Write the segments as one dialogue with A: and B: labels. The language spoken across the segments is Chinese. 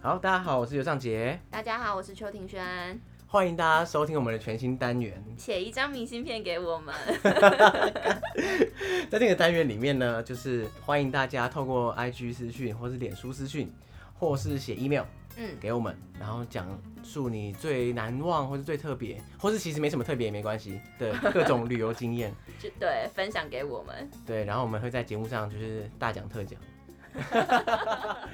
A: 好，大家好，我是尤尚杰，
B: 大家好，我是邱庭轩，
A: 欢迎大家收听我们的全新单元。
B: 写一张明信片给我们。
A: 在这个单元里面呢，就是欢迎大家透过 IG 私讯，或是脸书私讯，或是写 email
B: 嗯，
A: 给我们，然后讲述你最难忘，或是最特别，或是其实没什么特别也没关系的各种旅游经验。
B: 就对，分享给我们。
A: 对，然后我们会在节目上就是大讲特讲。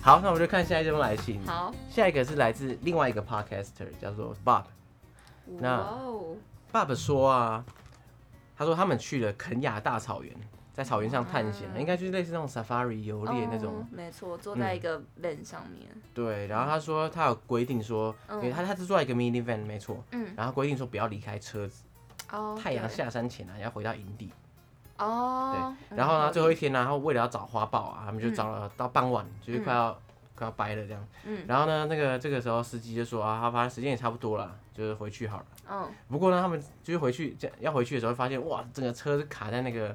A: 好，那我们就看下一封来信。
B: 好，
A: 下一个是来自另外一个 podcaster，叫做 Bob。那
B: 哇哦，
A: Bob 说啊，他说他们去了肯雅大草原，在草原上探险，
B: 哇
A: 应该就是类似那种 safari 游猎那种
B: 啊
A: 嗯
B: 哦没错，坐在一个 van 上面。
A: 对，然后他说他有规定说，因
B: 嗯
A: 为他他是坐在一个 minivan 没错，
B: 嗯，
A: 然后规定说不要离开车子，
B: 哦，
A: 太阳
B: 对，
A: 下山前啊要回到营地。
B: 哦，嗯
A: 然后呢，最后一
B: 合理
A: 天呢、然后为了要找花豹啊，他们就找了到傍晚，就是快要快要掰了这样。
B: 嗯
A: 然后呢，那个这个时候司机就说啊，他反正时间也差不多了，就是回去好了。
B: 嗯，
A: 不过呢，他们就是回去这样要回去的时候，发现哇，整个车是卡在那个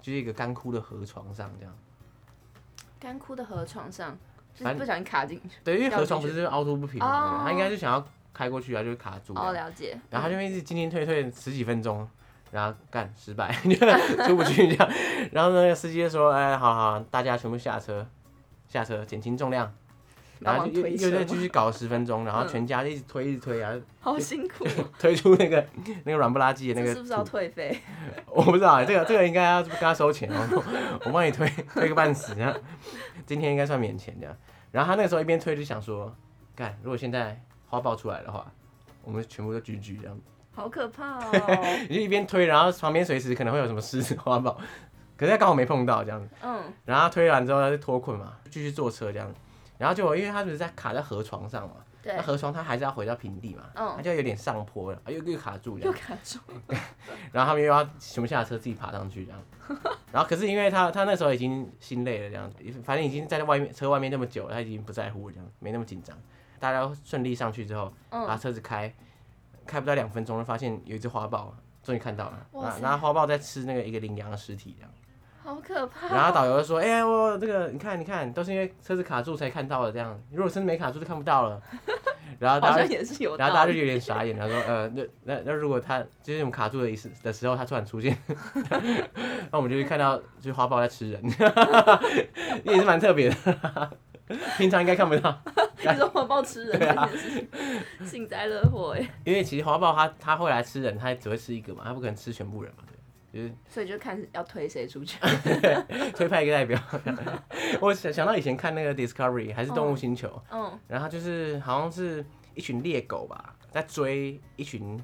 A: 就是一个干枯的河床上这样。
B: 干枯的河床上，就
A: 反正
B: 是不小心卡进去。
A: 对，因为
B: 掉
A: 河
B: 进
A: 床不
B: 去
A: 是凹凸不平
B: 哦
A: 嘛，他应该就想要开过去啊，就卡住这样。
B: 哦，了解。
A: 然后他就一直进进退退十几分钟，然后干失败， 出不去这样。然后那个司机就说：“哎，好好，大家全部下车，下车，减轻重量。”然
B: 帮
A: 后
B: 忙
A: 就又
B: 推
A: 又
B: 车
A: 再
B: 吗嗯
A: 继续搞十分钟，然后全家就一直推，一直推啊，
B: 好辛苦哦，
A: 推出那个那个软不拉几的那
B: 这
A: 个
B: 是不是要
A: 土，
B: 退费？
A: 我不知道，这个这个应该要跟他收钱哦， 我帮你推推个半死这样，今天应该算免钱这样。然后他那个时候一边推就想说，干，如果现在花豹出来的话，我们全部都 GG 这样。
B: 好可 怕哦。
A: 你就一边推，然后旁边随时可能会有什么狮子、花豹，可是他刚好没碰到这样子。
B: 嗯，
A: 然后他推完之后，他就脱困嘛，继续坐车这样子。然后结果因为他只是在卡在河床上嘛，
B: 对
A: 那，河床他还是要回到平地嘛，
B: 嗯
A: 他就有点上坡了，又又卡住这
B: 又
A: 样。
B: 卡住。
A: 然后他们又要全部下车自己爬上去这样。然后可是因为他他那时候已经心累了这样，反正已经在外面车外面那么久了，他已经不在乎了这样，没那么紧张。大家顺利上去之后，把
B: 嗯，
A: 车子开，开不到两分钟，就发现有一只花豹，终于看到了，
B: 哇
A: 那
B: 塞
A: 那花豹在吃那个一个羚羊的尸体这样，
B: 好可怕。
A: 然后导游就说，哎、呀，我这个你看你看，都是因为车子卡住才看到的这样，如果车子没卡住就看不到了。 然后
B: 好
A: 大
B: 像
A: 家，
B: 也是有
A: 然后
B: 道
A: 大家
B: 理。
A: 就有点傻眼，然后说，呃，那那那如果他就是我们卡住的意思的时候，他突然出现， 那我们就会看到就是花豹在吃人， 也是蛮特别的， 平常应该看不到。
B: 你说火爆吃人这件事
A: 啊
B: 情，幸灾乐祸哎，
A: 因为其实花豹它它会来吃人，它只会吃一个嘛，它不可能吃全部人嘛，对，就是
B: 所以就看要推谁出 去。
A: 推派一个代表。 我想想到以前看那个 Discovery 还是动物星球，
B: 嗯，
A: 然后它就是好像是一群猎狗吧，在追一群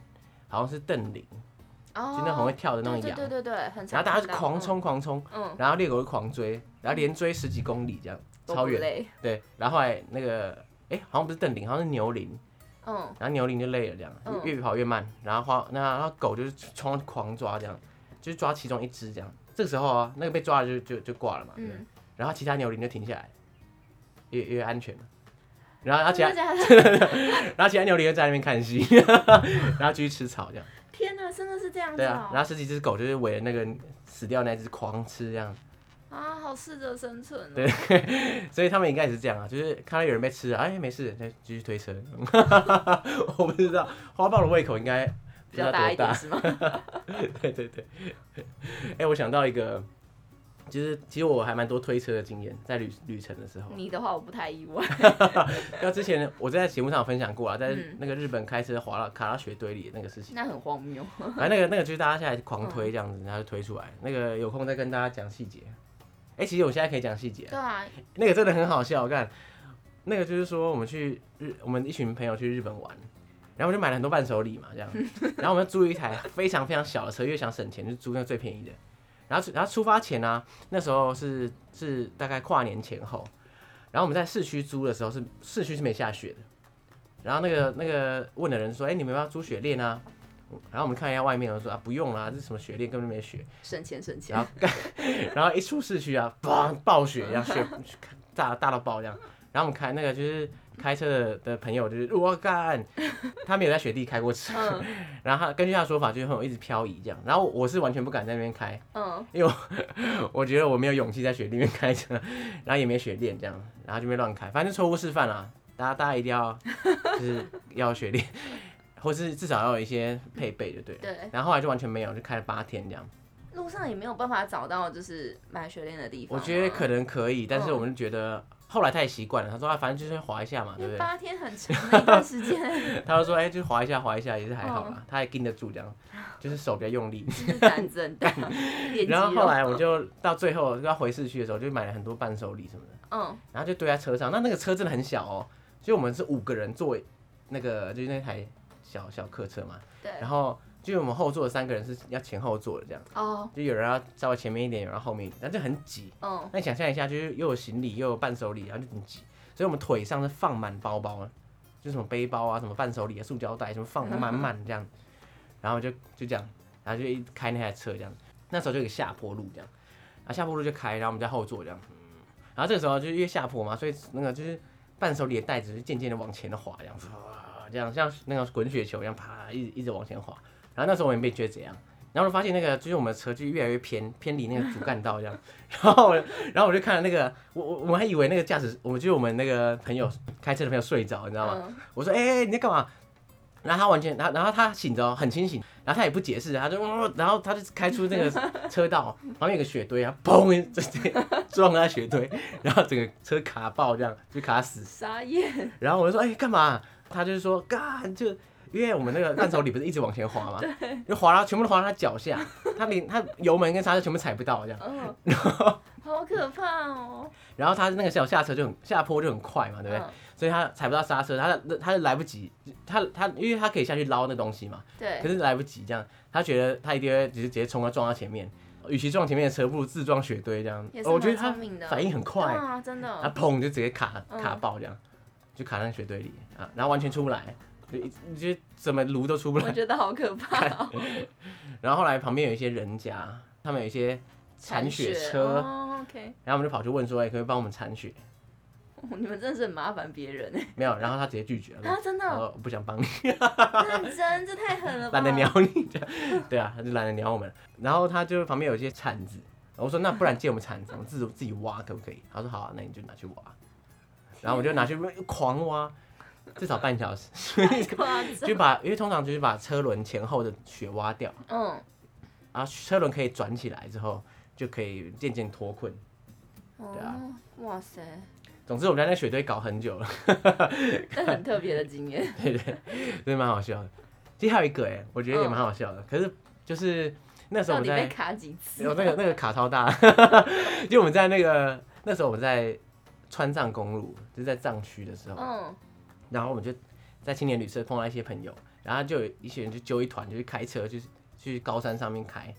A: 好像是邓羚，
B: 哦
A: 就那种会跳的那种
B: 对
A: 羊，
B: 对对对对，很
A: 然
B: 常
A: 后大家
B: 看
A: 就
B: 到
A: 狂，冲狂冲，
B: 嗯，
A: 然后猎狗就狂追，然后连追十几公里这样，
B: 都
A: 超
B: 不
A: 远。
B: 累，
A: 对，然后后来那个哎、好像不是邓羚，好像是牛羚。
B: 嗯，
A: 然后牛羚就累了，这样
B: 嗯
A: 越越跑越慢，然后花那然后狗就是冲狂抓这样，就是抓其中一只这样。这个时候啊，那个被抓的就就就挂了嘛，对不对
B: 嗯
A: 然后其他牛羚就停下来，也也安全了。然后然后其他
B: 真的假 的？
A: 然后其他牛羚就在那边看戏， 然后继续吃草这样。
B: 天哪，真的是这样子
A: 对啊，
B: 哦
A: 然后十几只狗就是围着那个死掉那只狂吃这样，
B: 啊，好适者生存哦，
A: 对所以他们应该也是这样啊，就是看到有人被吃了，哎没事，那继续推车。 我不知道花豹的胃口应该不
B: 比
A: 知道
B: 较
A: 多
B: 大一点是吗？
A: 对对对，哎、我想到一个，其实其实我还蛮多推车的经验，在旅旅程的时候，
B: 你的话我不太意 外，
A: 那之前我在节目上有分享过啊，在
B: 嗯
A: 那个日本开车滑到卡到雪堆里的那个事情，
B: 那很荒谬，
A: 反正那个那个就是大家下来狂推这样子，然后就推出来，那个有空再跟大家讲细节。哎、其实我现在可以讲细节
B: 对，啊，
A: 那个真的很好笑，我看那个就是说我们去日，我们一群朋友去日本玩。然后我们就买了很多伴手礼嘛，这样，然后我们租了一台非常非常小的车，因为想省钱，就租那个最便宜的。然后出然后出发前呢、那时候是是大概跨年前后，然后我们在市区租的时候是市区是没下雪的。然后那个那个问的人说：“哎、你们要不要租雪链啊？”然后我们看一下外面，我说：“啊，不用啦，这什么雪链根本就没雪。”
B: 省钱省
A: 然
B: 钱，
A: 后然后一出市区啊，砰，暴雪一样，雪大大到爆这样。然后我们开那个就是开车的的朋友就是我干，他没有在雪地开过车，
B: 嗯
A: 然后他根据他的说法就是很有一直漂移这样，然后我是完全不敢在那边开，
B: 嗯，
A: 我觉得我没有勇气在雪地里面开车，然后也没雪链这样，然后就没乱开，反正就错误示范啦，大家大家一定要就是要有雪链，或是至少要有一些配备就对了。
B: 对，
A: 然后后来就完全没有，就开了八天这样。
B: 路上也没有办法找到就是买雪链的地方啊
A: 我
B: 吗。
A: 觉得可能可以，但是
B: 嗯
A: 我们就觉得后来他也习惯了，他说啊，反正就是滑一下嘛，对
B: 因
A: 不对？
B: 为 八天很长的一段时 间，
A: 他就说，哎、就滑一下滑一下也是还好啦，
B: 嗯
A: 他还盯得住这 样，就是手比较用力。
B: 就是胆子很大， 练肌
A: 然后
B: 肉
A: 后来我就到最后要回市区的时候，就买了很多伴手礼什么的，
B: 嗯
A: 然后就堆在车上。那那个车真的很小哦，就我们是五个人坐那个就是那台小小客车嘛，
B: 对
A: 然后就我们后座的三个人是要前后坐的这样，
B: 哦
A: 就有人要稍微前面一点，有人要后面一点，但就很挤。
B: 嗯
A: 那你想象一下，就是又有行李又有伴手礼，然后就很挤，所以我们腿上是放满包包啊，就什么背包啊、什么伴手礼啊、塑胶袋什么放满满这样，然后就就这样，然后就一开那台车这样，那时候就有个下坡路这样，然后下坡路就开，然后我们在后座这样，嗯，然后这个时候就因为下坡嘛，所以那个就是伴手礼的袋子就渐渐的往前的滑这样子，啊这样像那个滚雪球一样啪一直一直往前滑，然后那时候我也没觉得怎样。然后我就发现那个就是我们的车就越来越偏偏离那个主干道这样， 然后我然后我就看了那个，我我我还以为那个驾驶，我就是我们那个朋友开车的朋友睡着，你知道吗？
B: 嗯
A: 我说，哎、欸，你在干嘛？然后他完全，然后然后他醒着哦，很清醒，然后他也不解释，他就，嗯然后他就开出那个车道，旁边有个雪堆，然后砰，直接撞在雪堆，然后整个车卡爆，这样就卡死。
B: 傻眼，
A: 然后我就说，哎、干嘛？他就是说，干就。因为我们那个伴手礼不是一直往前滑嘛，就滑到全部都滑到他脚下，他连他油门跟刹车全部踩不到这样。
B: 嗯，好可怕哦，
A: 然后他那个小下车就很下坡就很快嘛，对不对？
B: 嗯
A: 所以他踩不到刹车，他他就来不及，他他因为他可以下去捞那东西嘛，可
B: 对，
A: 是来不及，这样他觉得他一定会直接直接冲到撞到前面，与其撞前面的车，不如自撞雪堆这样哦
B: 也。是
A: 我觉得
B: 蛮
A: 他
B: 聪明的，
A: 反应很快，
B: 对啊，真
A: 他
B: 的，
A: 砰就直接卡
B: 嗯
A: 卡爆这样，就卡在雪堆里啊，然后完全出不来，就一就怎么撸都出不
B: 我
A: 来。
B: 觉得好可怕哦，
A: 然后后来旁边有一些人家，他们有一些铲雪车，
B: 哦，OK，
A: 然后我们就跑去问说，哎、可不可以帮我们铲雪？
B: 哦你们真的是很麻烦别人哎，
A: 没有，然后他直接拒绝了。
B: 啊，真
A: 然
B: 的，
A: 后不想帮你，
B: 认真，这太狠了吧，
A: 懒得鸟你，这样对啊，他就懒得鸟我们。然后他就旁边有一些铲子，我说那不然借我们铲子，我们自自己挖可不可以？他说好、啊，那你就拿去挖。然后我就拿去狂挖，至少半小时，
B: 太夸张，
A: 就把因为通常就是把车轮前后的雪挖掉，
B: 嗯，
A: 然后车轮可以转起来之后就可以渐渐脱困。对啊
B: 哦，哇塞，
A: 总之我们在那雪堆搞很久了，
B: 这很特别的经验，
A: 对对，真的蛮好笑的。其实还有一个哎、我觉得也蛮好笑的，可是就是 那时候
B: 到
A: 我们在
B: 底 哦被卡几次
A: 有？那个那个卡超大， 就我们在那个那时候我们在川藏公路，就是在藏区的时候，
B: 嗯，
A: 然后我们就在青年旅社碰到一些朋友，然后就有一些人就揪一团，就是开车就是去高山上面开，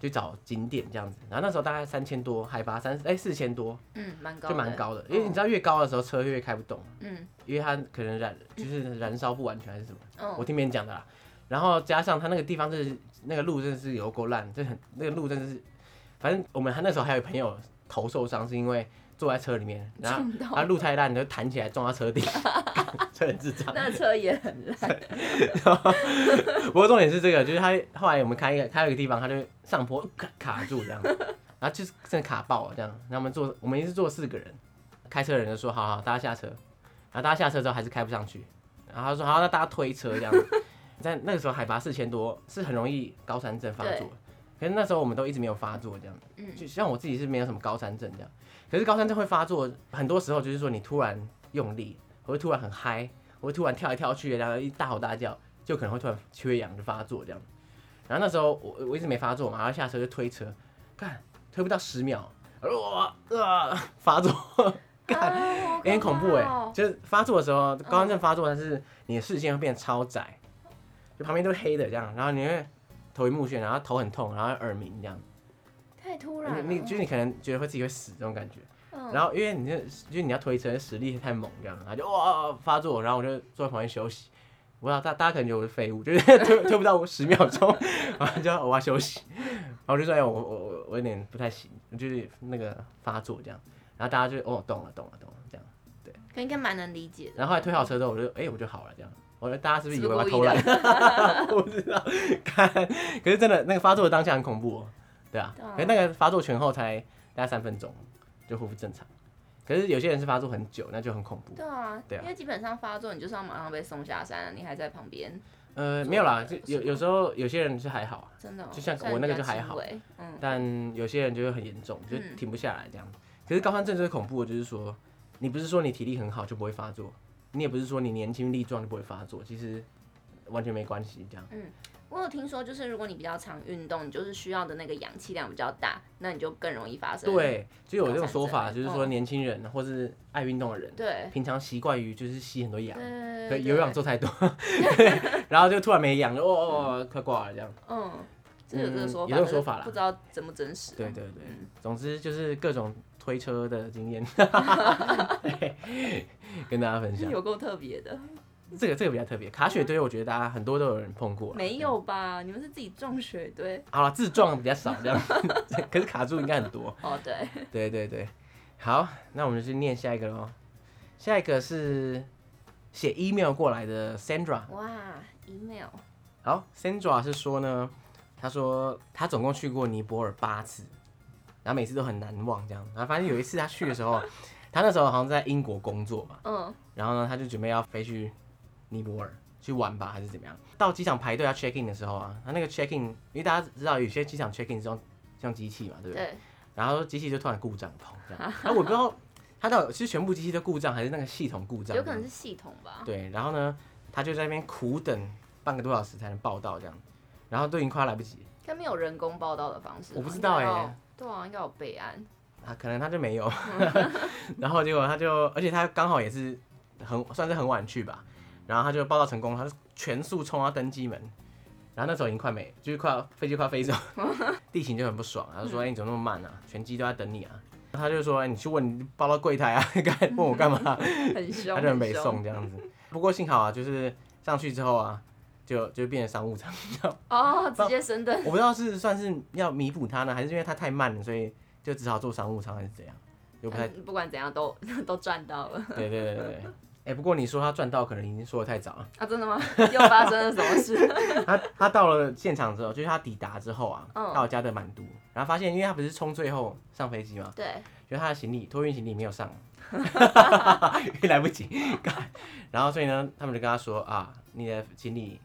A: 去找景点这样子。然后那时候大概三千多，海拔三哎四千多，
B: 嗯，蛮高，
A: 就蛮，高的，因为你
B: 嗯
A: 知道越高的时候车越开不动，
B: 嗯
A: 因为它可能燃就是燃烧不完全还是什么。我
B: 嗯，
A: 听别人讲的啦。然后加上他那个地方真的是那个路真的是有够烂，这很那个路真的是，反正我们还那时候还有朋友头受伤，是因为坐在车里面，然后
B: 撞
A: 他
B: 到，
A: 路太烂，就弹起来撞到车顶， 车很智障。
B: 那车也很烂，
A: 不过重点是这个，就是他后来我们开一个开了一个地方，他就上坡呃卡卡住这样，然后就是真的卡爆了这样。然后我们坐我们一直坐四个人，开车的人就说好好大家下车，然后大家下车之后还是开不上去，然后他说好那大家推车这样。在那个时候海拔四千多是很容易高山症发作
B: 对
A: 的，可是那时候我们都一直没有发作这样。
B: 嗯
A: 就像我自己是没有什么高山症这样，可是高山症会发作，很多时候就是说你突然用力，我会突然很嗨，我会突然跳来跳去，然后一大吼大叫，就可能会突然缺氧就发作这样。然后那时候我我一直没发作嘛，然后下车就推车，看推不到十秒，哇啊发作，
B: 干
A: 有点恐怖哎、
B: 哦
A: 就是发作的时候，高山症发作，但是你的视线会变得超窄，就旁边都是黑的这样，然后你会头晕目眩，然后头很痛，然后耳鸣这样。
B: 太突然了，
A: 你你就是你可能觉得会自己会死这种感觉，
B: 嗯
A: 然后因为你那就是你要推车实力太猛这样，然后就哇发作，然后我就坐在旁边休息。我想大大家可能觉得我是废物，就是 推推不到十秒钟， 然后就要我要休息，然后我就说哎我我我我有点不太行，就是那个发作这样，然后大家就哦懂了懂了懂了这样，
B: 可应该蛮能理解的。
A: 然后后来推好车之后，我就哎、我就好了这样。我觉得大家是不是以为我要
B: 是
A: 偷
B: 不是
A: 懒？ 我不知道，看，可是真的那个发作的当下很恐怖哦，对啊
B: 对啊。
A: 可是那个发作前后才大概三分钟就恢复正常，可是有些人是发作很久，那就很恐怖。
B: 对啊，
A: 对啊
B: 因为基本上发作，你就是要马上被送下山了，你还在旁边，
A: 呃，没有啦，就有有时候有些人是还好啊，
B: 真的哦、
A: 就像
B: 虽然
A: 我那个
B: 比较
A: 就还
B: 轻
A: 好
B: 微，嗯，
A: 但有些人就会很严重，就
B: 嗯
A: 停不下来这样。可是高山症最恐怖的就是说，你不是说你体力很好就不会发作，你也不是说你年轻力壮就不会发作，其实完全没关系这样。
B: 我有听说，就是如果你比较常运动，你就是需要的那个氧气量比较大，那你就更容易发生。
A: 对，就有这种说法，
B: 高山
A: 就
B: 症
A: 是说
B: 嗯
A: 年轻人或是爱运动的人，
B: 对
A: 平常习惯于就是吸很多氧，
B: 对
A: 对，有氧，做 太多， 然后就突然没氧，就哦哦哦，快挂了这样。
B: 嗯，这有这个
A: 嗯
B: 说法，
A: 有这种
B: 可是
A: 说法啦
B: 不知道怎么真实。
A: 对对对
B: 嗯，
A: 总之就是各种推车的经 验， 对跟大家分享。
B: 有够特别的，
A: 这个这个比较特别，卡雪堆我觉得大家很多都有人碰过啦，
B: 没有吧？你们是自己种雪堆？
A: 好了，自撞比较少这样， 可是卡住应该很多。
B: 哦，对，
A: 对对对，好，那我们就去念下一个喽。下一个是写 email 过来的 Sandra。
B: 哇，email，
A: 好，Sandra 是说呢，她说她总共去过尼泊尔八次，然后每次都很难忘这样。然后反正有一次她去的时候， 她那时候好像在英国工作嘛，
B: 嗯，
A: 然后呢，她就准备要飞去尼泊尔去玩吧，还是怎么样？到机场排队要 check in 的时候啊，她那个 check in，因为大家知道有些机场 check in 是用是用机器嘛，对不对？
B: 对，
A: 然后机器就突然故障，砰这 样。然后我不知道他到底是全部机器都故障，还是那个系统故障。
B: 有可能是系统吧。
A: 对，然后呢，他就在那边苦等半个多小时才能报到这样，然后都已经快要来不及，
B: 应该没有人工报道的方式吧，
A: 我不知道欸
B: 应该要对啊，应该有备案。
A: 啊，可能他就没 有。然后结果他就，而且他刚好也是很算是很晚去吧，然后他就报到成功，他就全速冲到登机门。然后那时候已经快没，就是快要飞机快要 飞走，地勤就很不爽，他就说：“哎、你怎么那么慢啊？全机都在等你啊！”他就说：“哎、你去问你报到柜台啊， 干问我干嘛？”
B: 很凶，
A: 他就很
B: 很
A: 北
B: 凶
A: 宋这样子。不过幸好啊，就是上去之后啊，就就变成商务舱。
B: 哦，直接升等，
A: 我不知道是算是要弥补他呢，还是因为他太慢了，所以就只好坐商务舱，还是怎样？就不太
B: 嗯不管怎样都 都赚到了
A: 对对对对对。哎、不过你说他赚到，可能已经说的太早了。
B: 啊！真的吗？又发生了什么事？
A: 他他到了现场之后，就是他抵达之后啊，
B: 嗯
A: 到了加德满都，然后发现，因为他不是冲最后上飞机嘛，
B: 对，
A: 就是他的行李托运行李没有上，因为来不及。 干然后所以呢，他们就跟他说啊，你的行李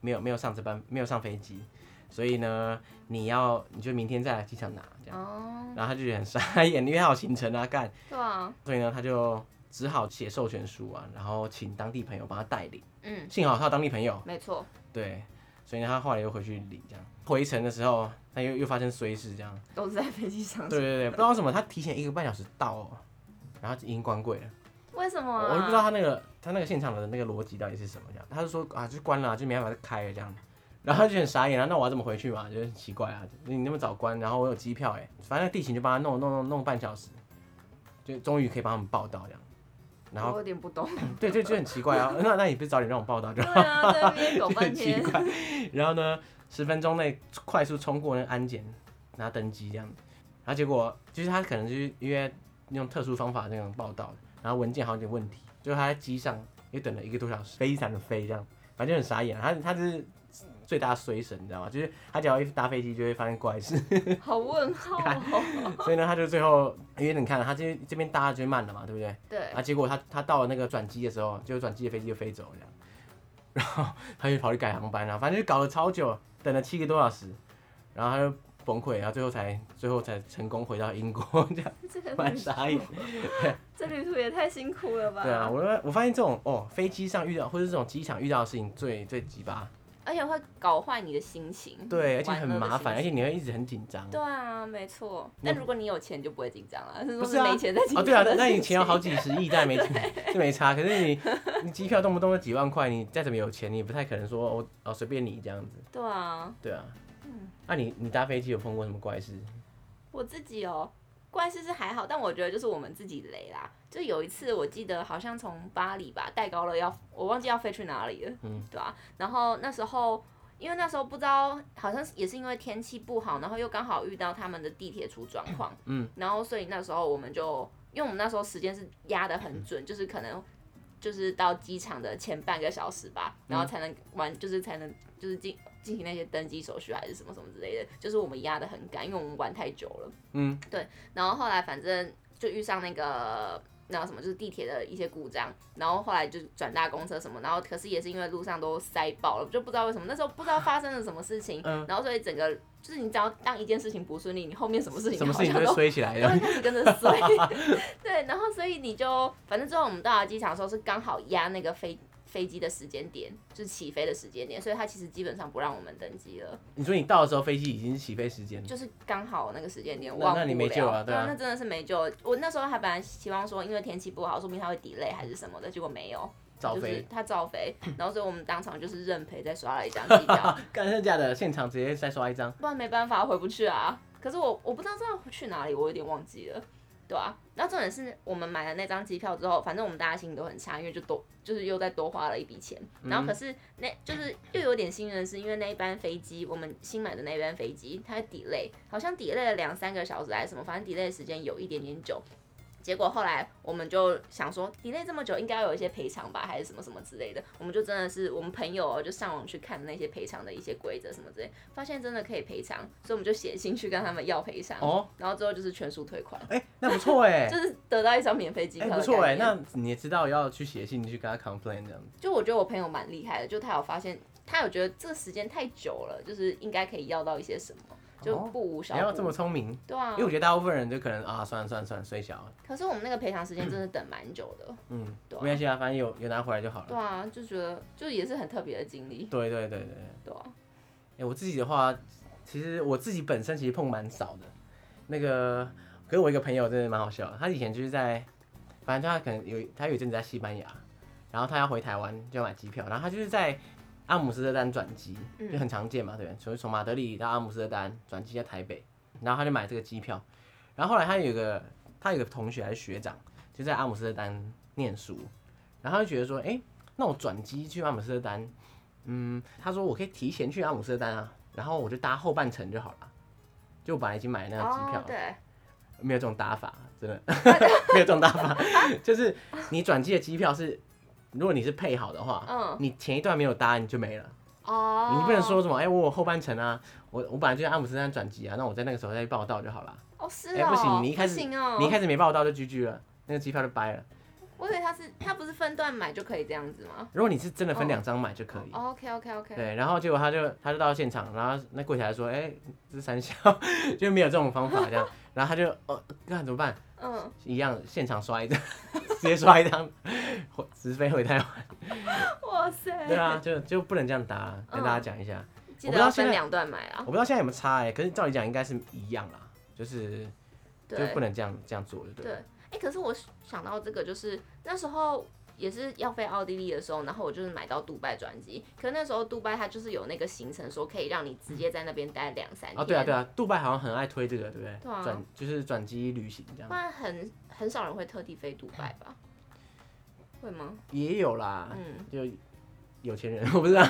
A: 没有没有上这班，没有上飞机，所以呢，你要你就明天再来机场拿这样。
B: 哦，
A: 然后他就觉得很傻眼，因为他有行程啊干，
B: 对啊，
A: 所以呢，他就只好写授权书啊，然后请当地朋友帮他代理。
B: 嗯，
A: 幸好他有当地朋友，
B: 没错，
A: 对，所以呢，他后来又回去领这样。回程的时候，他又又发生衰事这样。
B: 都是在飞机上。
A: 对对对，不知道为什么他提前一个半小时到、哦，然后已经关柜了。
B: 为什么啊？
A: 我就不知道他那个他那个现场的那个逻辑到底是什么这样。他就说啊，就关了啊、就没办法再开了这样。然后他就很傻眼啊，那我要怎么回去嘛？就很奇怪啊，你那么早关，然后我有机票哎，反正那地勤就帮他弄弄弄弄半小时，就终于可以帮他们报到这样。然
B: 我
A: 后
B: 有点不懂。
A: 对，就就很奇怪啊，那那你不是早点让我报到就
B: 对
A: 好？
B: 啊，在那 边
A: 就
B: 搞半
A: 很奇
B: 天，
A: 怪。然后呢，十分钟内快速冲过那个安检，然后登机这样。然后结果就是他可能就是因为用特殊方法那种报道，然后文件好像有点问题，就是他在机上也等了一个多小时，非常的飞这样，反正就很傻眼。啊他他就是最大的衰神，你知道吗？就是他只要一搭飞机就会发生怪事，
B: 好问号哦。
A: 所以呢，他就最后因为你看啊他这这边搭就慢了嘛，对不对？
B: 对，
A: 啊，结果他他到了那个转机的时候，就转机的飞机就飞走了这样，然后他就跑去改航班了，反正就搞了超久，等了七个多小时，然后他就崩溃，然后最后才最后才成功回到英国， 这样
B: 这个
A: 蛮
B: 旅
A: 傻眼。
B: 这旅途也太辛苦了吧？
A: 对啊，，我我发现这种哦飞机上遇到或者这种机场遇到的事情最最鸡巴，
B: 而且会搞坏你的心情。
A: 对，而且
B: 嗯玩
A: 很
B: 乐的
A: 麻烦，而
B: 心情
A: 且你会一直很紧张。
B: 对啊，没错。
A: 那
B: 但如果你有钱就不会紧张了，是
A: 不
B: 说
A: 是啊
B: 没钱再紧
A: 哦，
B: 张
A: 对啊
B: 的事情。，
A: 那你钱有好几十亿，但 没钱是没差。可是你你机票动不动就几万块，你再怎么有钱，你也不太可能说哦哦随便你这样子。
B: 对啊，
A: 对啊，
B: 嗯
A: 那、你你搭飞机有碰过什么怪事？
B: 我自己哦，怪事是还好，但我觉得就是我们自己雷啦。就有一次，我记得好像从巴黎吧，戴高乐要我忘记要飞去哪里了，
A: 嗯，
B: 对啊。然后那时候，因为那时候不知道，好像也是因为天气不好，然后又刚好遇到他们的地铁出状况，
A: 嗯，
B: 然后所以那时候我们就因为我们那时候时间是压得很准，就是可能就是到机场的前半个小时吧，
A: 嗯
B: 然后才能完，就是才能就是进进行那些登机手续还是什么什么之类的，就是我们压得很赶，因为我们玩太久了。
A: 嗯，
B: 对。然后后来反正就遇上那个。然后什么就是地铁的一些故障，然后后来就转搭公车什么，然后可是也是因为路上都塞爆了，就不知道为什么那时候不知道发生了什么事情，
A: 嗯
B: 然后所以整个就是你只要当一件事情不顺利，你后面什么事情
A: 什么
B: 好
A: 事情
B: 像
A: 都
B: 都
A: 会衰起来
B: 然 后
A: 的。
B: 开始跟着衰。 对，然后所以你就反正之后我们到达机场的时候是刚好压那个飞飞机的时间点，就是起飞的时间点，所以它其实基本上不让我们登机了，
A: 你说你到的时候，飞机已经是起飞时间了，
B: 就是刚好那个时间点
A: 嗯那
B: 忘不
A: 那
B: 了。
A: 你没救了对
B: 对
A: 啊
B: 那真的是没救了。我那时候还本来希望说，因为天气不好，说不定它会 delay 还是什么的，结果没有，
A: 早
B: 就
A: 飞
B: 是。它照飞，然后所以我们当场就是认赔，再刷了一张机 票，
A: 啊干真的假的？现场直接再刷一张。
B: 不然没办法回不去啊。可是我我不知道这样去哪里，我有点忘记了，对啊。然后重点是我们买了那张机票之后，反正我们大家心里都很差，因为就多就是又再多花了一笔钱。然后可是那就是又有点幸运的是，因为那一班飞机我们新买的那一班飞机，它 delay 好像 delay 了两三个小时还是什么，反正 delay 的时间有一点点久。结果后来我们就想说，delay 这么久应该有一些赔偿吧，还是什么什么之类的。我们就真的是我们朋友哦就上网去看那些赔偿的一些规则什么之类，发现真的可以赔偿，所以我们就写信去跟他们要赔偿。
A: 哦，
B: 然后之后就是全数退款，
A: 哎、那不错哎、
B: 就是得到一张免费机
A: 哎、
B: 票的
A: 不
B: 概念。
A: 错哎、那你也知道要去写信去跟他 complain 这样子。
B: 就我觉得我朋友蛮厉害的，就他有发现，他有觉得这个时间太久了，就是应该可以要到一些什么，就
A: 哦
B: 不无小
A: 你
B: 补。
A: 要这么聪明，
B: 对啊
A: 因为，我觉得大部分人就可能啊，算了算了算了，睡小了，
B: 可是我们那个赔偿时间真的等蛮久的。
A: 嗯，没
B: 对啊
A: 关系啊，反正有有拿回来就好
B: 对
A: 了。
B: 啊，就觉得就也是很特别的经历。
A: 对对对对。
B: 对啊，
A: 哎、我自己的话，其实我自己本身其实碰蛮少的。那个，可是我一个朋友真的蛮好笑的，他以前就是在，反正他可能有他有一阵子在西班牙，然后他要回台湾就要买机票，然后他就是在阿姆斯特丹转机，就很常见嘛，对不对？所以从马德里到阿姆斯特丹转机在台北，然后他就买这个机票，然后后来他有个他有个同学还是学长就在阿姆斯特丹念书，然后他就觉得说，哎、那我转机去阿姆斯特丹嗯，他说我可以提前去阿姆斯特丹啊，然后我就搭后半程就好了。就我本来已经买了那个机票
B: 哦，，对，
A: 没有这种打法，真 的没有这种打法，就是你转机的机票是，如果你是配好的话，
B: 嗯
A: 你前一段没有搭你就没了，
B: 哦，
A: 你不能说什么哎、我有后半程啊，我我本来就在阿姆斯特丹转机啊，那我在那个时候再去报到就好了。
B: 哦，是
A: 哎、
B: 哦，
A: 不行，你一开始、
B: 不行哦，
A: 你一开始没报到就 GG 了，那个机票就掰了。
B: 我以为他是他不是分段买就可以这样子吗
A: 如果你是真的分
B: 哦
A: 两张买就可以。
B: ？OK OK OK，
A: 对，然后结果他就他就到现场，然后那柜台说：“哎、这是三小， 就没有这种方法这样。” 然后他就哦，那怎么办？
B: 嗯，
A: 一样现场刷一张， 直接刷一张， 回直飞回台湾。
B: 哇 塞，
A: 对啊，就就不能这样打啊，跟大家讲一下。
B: 记
A: 我不知
B: 得
A: 道
B: 要
A: 现
B: 分
A: 在
B: 两段买
A: 我
B: 嗯啊，
A: 不知道现在有没有差哎、可是照理讲应该是一样啦，就是就
B: 对
A: 不。能这样这样做，对不
B: 对，哎、可是我想到这个，就是那时候也是要飞奥地利的时候，然后我就是买到杜拜转机，可那时候杜拜它就是有那个行程说可以让你直接在那边待两三天，
A: 啊，对啊对啊，杜拜好像很爱推这个，对不对？
B: 对啊
A: 转就是转机旅行这样
B: 不。然很很少人会特地飞杜拜吧？会吗？
A: 也有啦，
B: 嗯
A: 就有钱人， 我不知 道。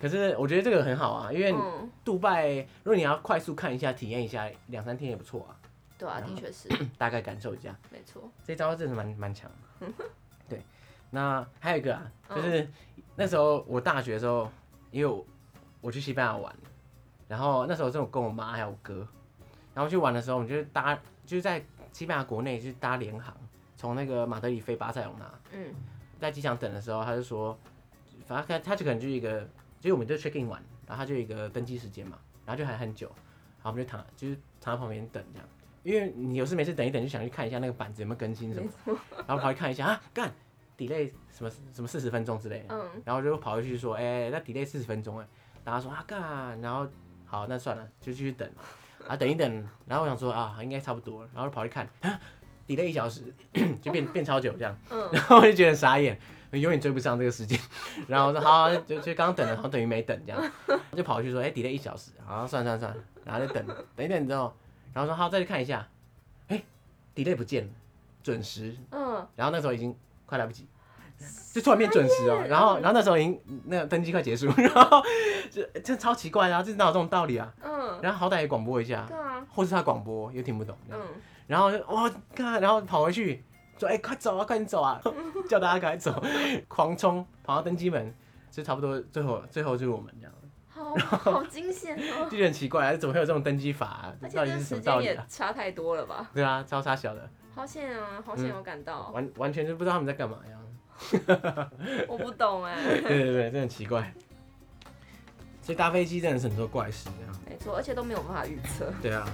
A: 可是我觉得这个很好啊，因为
B: 嗯，
A: 杜拜，如果你要快速看一下、体验一下，两三天也不错啊，
B: 对啊，
A: 然
B: 的
A: 后
B: 确是，
A: 大概感受一下。
B: 没错，
A: 这招真的蛮蛮强的。对，那还有一个啊，
B: 嗯
A: 就是那时候我大学的时候，因为我我去西班牙玩，然后那时候是我跟我妈还有我哥，然后去玩的时候，我们就是搭就是在西班牙国内就是搭联航，从那个马德里飞巴塞隆纳，
B: 嗯
A: 在机场等的时候，他就说，反正他他就可能就是一个，就是我们就 check in 完，然后他就有一个登机时间嘛，然后就还很久，然后我们就躺就是躺在旁边等这样，因为你有事没事等一等就想去看一下那个板子有没有更新什么，然后跑去看一下啊，干 delay 什么什么四十分钟之类的，
B: 嗯，
A: 然后就跑回去说，哎、那 delay 四十分钟哎、大家说啊干，然后好那算了，就继续等嘛，啊等一等，然后我想说啊应该差不多了，然后就跑去看啊 delay 一小时， 就变变超久这样。 然后我就觉得很傻眼，永远追不上这个时间。 然后我说好、啊，就就刚等了，然后等于没等这样，就跑去说，哎、d e l a y 一小时，然后算了算了算了，然后就等等一等之后，然后说好，再去看一下，哎、d e l a y 不见了，准时。
B: 嗯，
A: 然后那时候已经快来不及，就突然变准时哦、然后，然后那时候已经那个登机快结束， 然后就这超奇怪的、啊，这哪有这种道理啊？
B: 嗯，
A: 然后好歹也广播一下
B: 对，啊，
A: 或是他广播又听不懂，
B: 嗯，
A: 然后就哇，看，然后跑回去说，哎、快走啊，快点走啊， 叫大家赶快走， 狂冲跑到登机门，就差不多最后最后就是我们这样，
B: 好好惊险哦，
A: 就觉得很奇怪、啊，怎么会有这种登机法、啊
B: 而？且
A: 到底
B: 这
A: 是什
B: 时
A: 么道
B: 间
A: 理
B: 也
A: 啊？
B: 差太多了吧？
A: 对啊，超差小的，
B: 好险啊，好
A: 嗯
B: 险有赶到，
A: 完完全就不知道他们在干嘛一样。
B: 我不懂哎。
A: 对对对，真的很奇怪。所以搭飞机真的是很多怪事这样。
B: 没错，而且都没有办法预测。
A: 对啊，